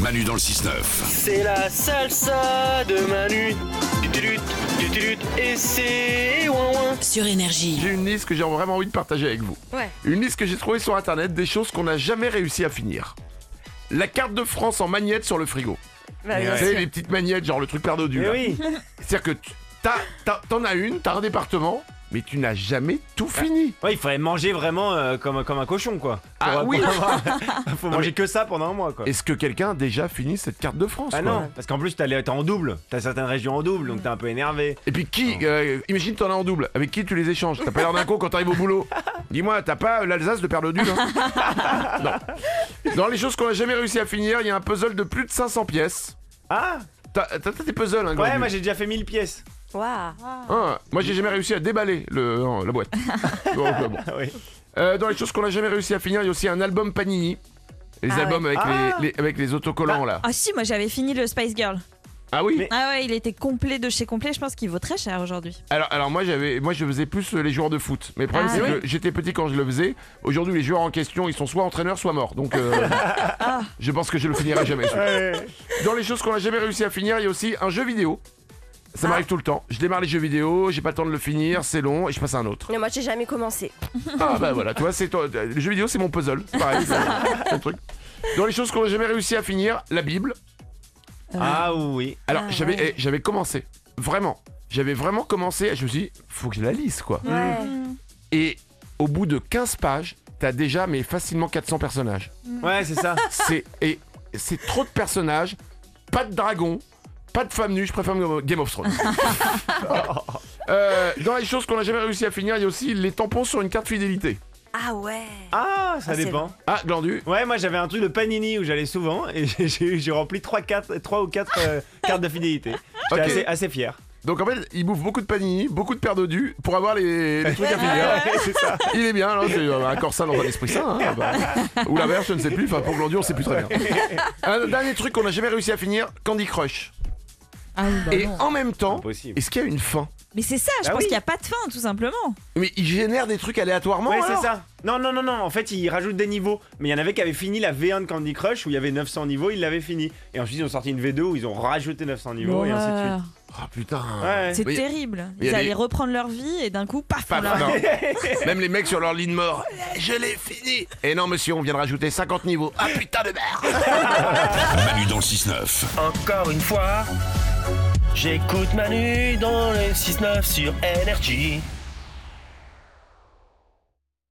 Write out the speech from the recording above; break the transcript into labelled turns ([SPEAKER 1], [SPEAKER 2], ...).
[SPEAKER 1] Manu dans le 6-9.
[SPEAKER 2] C'est la salsa de Manu. Tutulut, tutulut, et c'est ouin-ouin.
[SPEAKER 3] sur énergie.
[SPEAKER 4] J'ai une liste que j'ai vraiment envie de partager avec vous.
[SPEAKER 5] Ouais.
[SPEAKER 4] Une liste que j'ai trouvée sur internet des choses qu'on n'a jamais réussi à finir. La carte de France en magnette sur le frigo.
[SPEAKER 5] Bah, bien
[SPEAKER 4] Vous
[SPEAKER 5] sûr.
[SPEAKER 4] savez, les petites magnettes, genre le truc perdu.
[SPEAKER 2] Mais
[SPEAKER 6] Eh
[SPEAKER 2] oui,
[SPEAKER 4] C'est-à-dire que tu- t'as- t'as- t'en as, une, t'as un département, mais tu n'as jamais tout fini.
[SPEAKER 6] Ouais, il faudrait manger vraiment euh, comme, comme un cochon, quoi.
[SPEAKER 4] Ah
[SPEAKER 6] Pour- euh,
[SPEAKER 4] oui.
[SPEAKER 6] pour avoir- Faut manger que ça pendant un mois, quoi.
[SPEAKER 4] Est-ce que quelqu'un a déjà fini cette carte de France
[SPEAKER 6] Ah
[SPEAKER 4] quoi
[SPEAKER 6] non, parce qu'en plus t'as les- t'es en double, t'as certaines régions en double, donc t'es un peu énervé.
[SPEAKER 4] Et puis qui
[SPEAKER 6] Ah.
[SPEAKER 4] euh, Imagine t'en as en double. Avec qui tu les échanges T'as pas l'air d'un con quand t'arrives au boulot. Dis-moi, t'as pas euh, l'Alsace de Perle hein Non. Dans les choses qu'on a jamais réussi à finir, il y a un puzzle de plus de 500 pièces.
[SPEAKER 6] Ah
[SPEAKER 4] T'as t'as- t'as des puzzles, hein,
[SPEAKER 6] Ouais,
[SPEAKER 4] Grandu
[SPEAKER 6] moi j'ai déjà fait 1000 pièces.
[SPEAKER 5] Waouh.
[SPEAKER 4] Hein, Moi, j'ai jamais réussi à déballer le, non, la boîte. Bon, bah, bon.
[SPEAKER 6] Ah oui.
[SPEAKER 4] Euh, dans les choses qu'on a jamais réussi à finir, il y a aussi un album Panini. Les
[SPEAKER 5] Ah
[SPEAKER 4] albums avec,
[SPEAKER 6] Ah. Bah,
[SPEAKER 4] les, les- avec les autocollants là.
[SPEAKER 7] Ah si, moi j'avais fini le Spice Girl.
[SPEAKER 4] Ah oui.
[SPEAKER 6] Mais-
[SPEAKER 7] Ah ouais, il était complet de chez complet. Je pense qu'il vaut très cher aujourd'hui.
[SPEAKER 4] Alors, alors moi j'avais, moi je faisais plus euh, les joueurs de foot. Mais le problème
[SPEAKER 7] Ah
[SPEAKER 4] c'est
[SPEAKER 7] oui.
[SPEAKER 4] que j'étais petit quand je le faisais. Aujourd'hui les joueurs en question ils sont soit entraîneurs soit morts. Donc euh,
[SPEAKER 7] Ah.
[SPEAKER 4] je pense que je le finirai jamais. celui-là. Dans les choses qu'on a jamais réussi à finir, il y a aussi un jeu vidéo.
[SPEAKER 7] Ah.
[SPEAKER 4] Ça m'arrive tout le temps. Je démarre les jeux vidéo, j'ai pas le temps de le finir, c'est long et je passe à un autre.
[SPEAKER 5] Mais moi, j'ai jamais commencé.
[SPEAKER 4] Ah bah voilà, toi c'est toi. Le jeu vidéo c'est mon puzzle. C'est pareil. c'est un truc. Dans les choses qu'on a jamais réussi à finir, la Bible.
[SPEAKER 6] Ah oui.
[SPEAKER 4] Alors
[SPEAKER 7] Ah
[SPEAKER 4] j'avais
[SPEAKER 7] ouais.
[SPEAKER 4] eh, j'avais commencé vraiment. J'avais vraiment commencé. Je me suis dit faut que je la lise quoi.
[SPEAKER 5] Ouais.
[SPEAKER 4] Et au bout de 15 pages, t'as déjà mais facilement 400 personnages.
[SPEAKER 6] Ouais, c'est ça.
[SPEAKER 4] C'est et c'est trop de personnages, pas de dragon, pas de femme nue, je préfère Game of Thrones. Euh, dans les choses qu'on n'a jamais réussi à finir, il y a aussi les tampons sur une carte fidélité.
[SPEAKER 5] Ah ouais.
[SPEAKER 6] Ah, ça
[SPEAKER 5] Ah, c'est
[SPEAKER 6] dépend.
[SPEAKER 4] Ah, Glandu,
[SPEAKER 6] Ouais, moi j'avais un truc de panini où j'allais souvent et j'ai- j'ai j'ai rempli 3, 4, 3 ou 4 cartes de fidélité. J'étais
[SPEAKER 4] Ok.
[SPEAKER 6] assez, assez fier.
[SPEAKER 4] donc en fait, il bouffe beaucoup de panini, beaucoup de paires de dudus pour avoir les, les trucs à finir.
[SPEAKER 6] Ouais, c'est ça.
[SPEAKER 4] Il est bien, là, c'est euh, un corps sain dans un esprit sain. hein, bah. Ou l'inverse, je ne sais plus. Enfin, pour Glandu, on sait plus très bien. Un dernier truc qu'on n'a jamais réussi à finir Candy Crush.
[SPEAKER 7] Ah oui, bah
[SPEAKER 4] Et Bah
[SPEAKER 7] non.
[SPEAKER 4] en même temps,
[SPEAKER 6] Impossible.
[SPEAKER 4] est-ce qu'il y a une fin
[SPEAKER 7] Mais c'est ça, je
[SPEAKER 6] Ah
[SPEAKER 7] pense
[SPEAKER 6] oui.
[SPEAKER 7] qu'il n'y a pas de fin tout simplement.
[SPEAKER 4] Mais il génère des trucs aléatoirement.
[SPEAKER 6] Ouais,
[SPEAKER 4] alors
[SPEAKER 6] c'est ça. Non, non, non, non. En fait, ils rajoutent des niveaux. Mais il y en avait qui avaient fini la V1 de Candy Crush où il y avait 900 niveaux, ils l'avaient fini. Et ensuite, ils ont sorti une V2 où ils ont rajouté 900 niveaux et ainsi de suite.
[SPEAKER 7] L'horreur.
[SPEAKER 4] Ah putain.
[SPEAKER 6] Ouais.
[SPEAKER 7] C'est
[SPEAKER 4] Oui.
[SPEAKER 7] terrible.
[SPEAKER 4] Il y a
[SPEAKER 7] Ils allaient
[SPEAKER 4] des-
[SPEAKER 7] reprendre leur vie et d'un coup, paf,
[SPEAKER 4] Pas-
[SPEAKER 7] on leur-
[SPEAKER 4] non. Même les mecs sur leur ligne mort. Eh, Je l'ai fini. Et non, monsieur, on vient de rajouter 50 niveaux. Ah putain de merde.
[SPEAKER 1] Manu dans le 6-9.
[SPEAKER 2] encore une fois. J'écoute Manu dans le 6-9 sur énergie.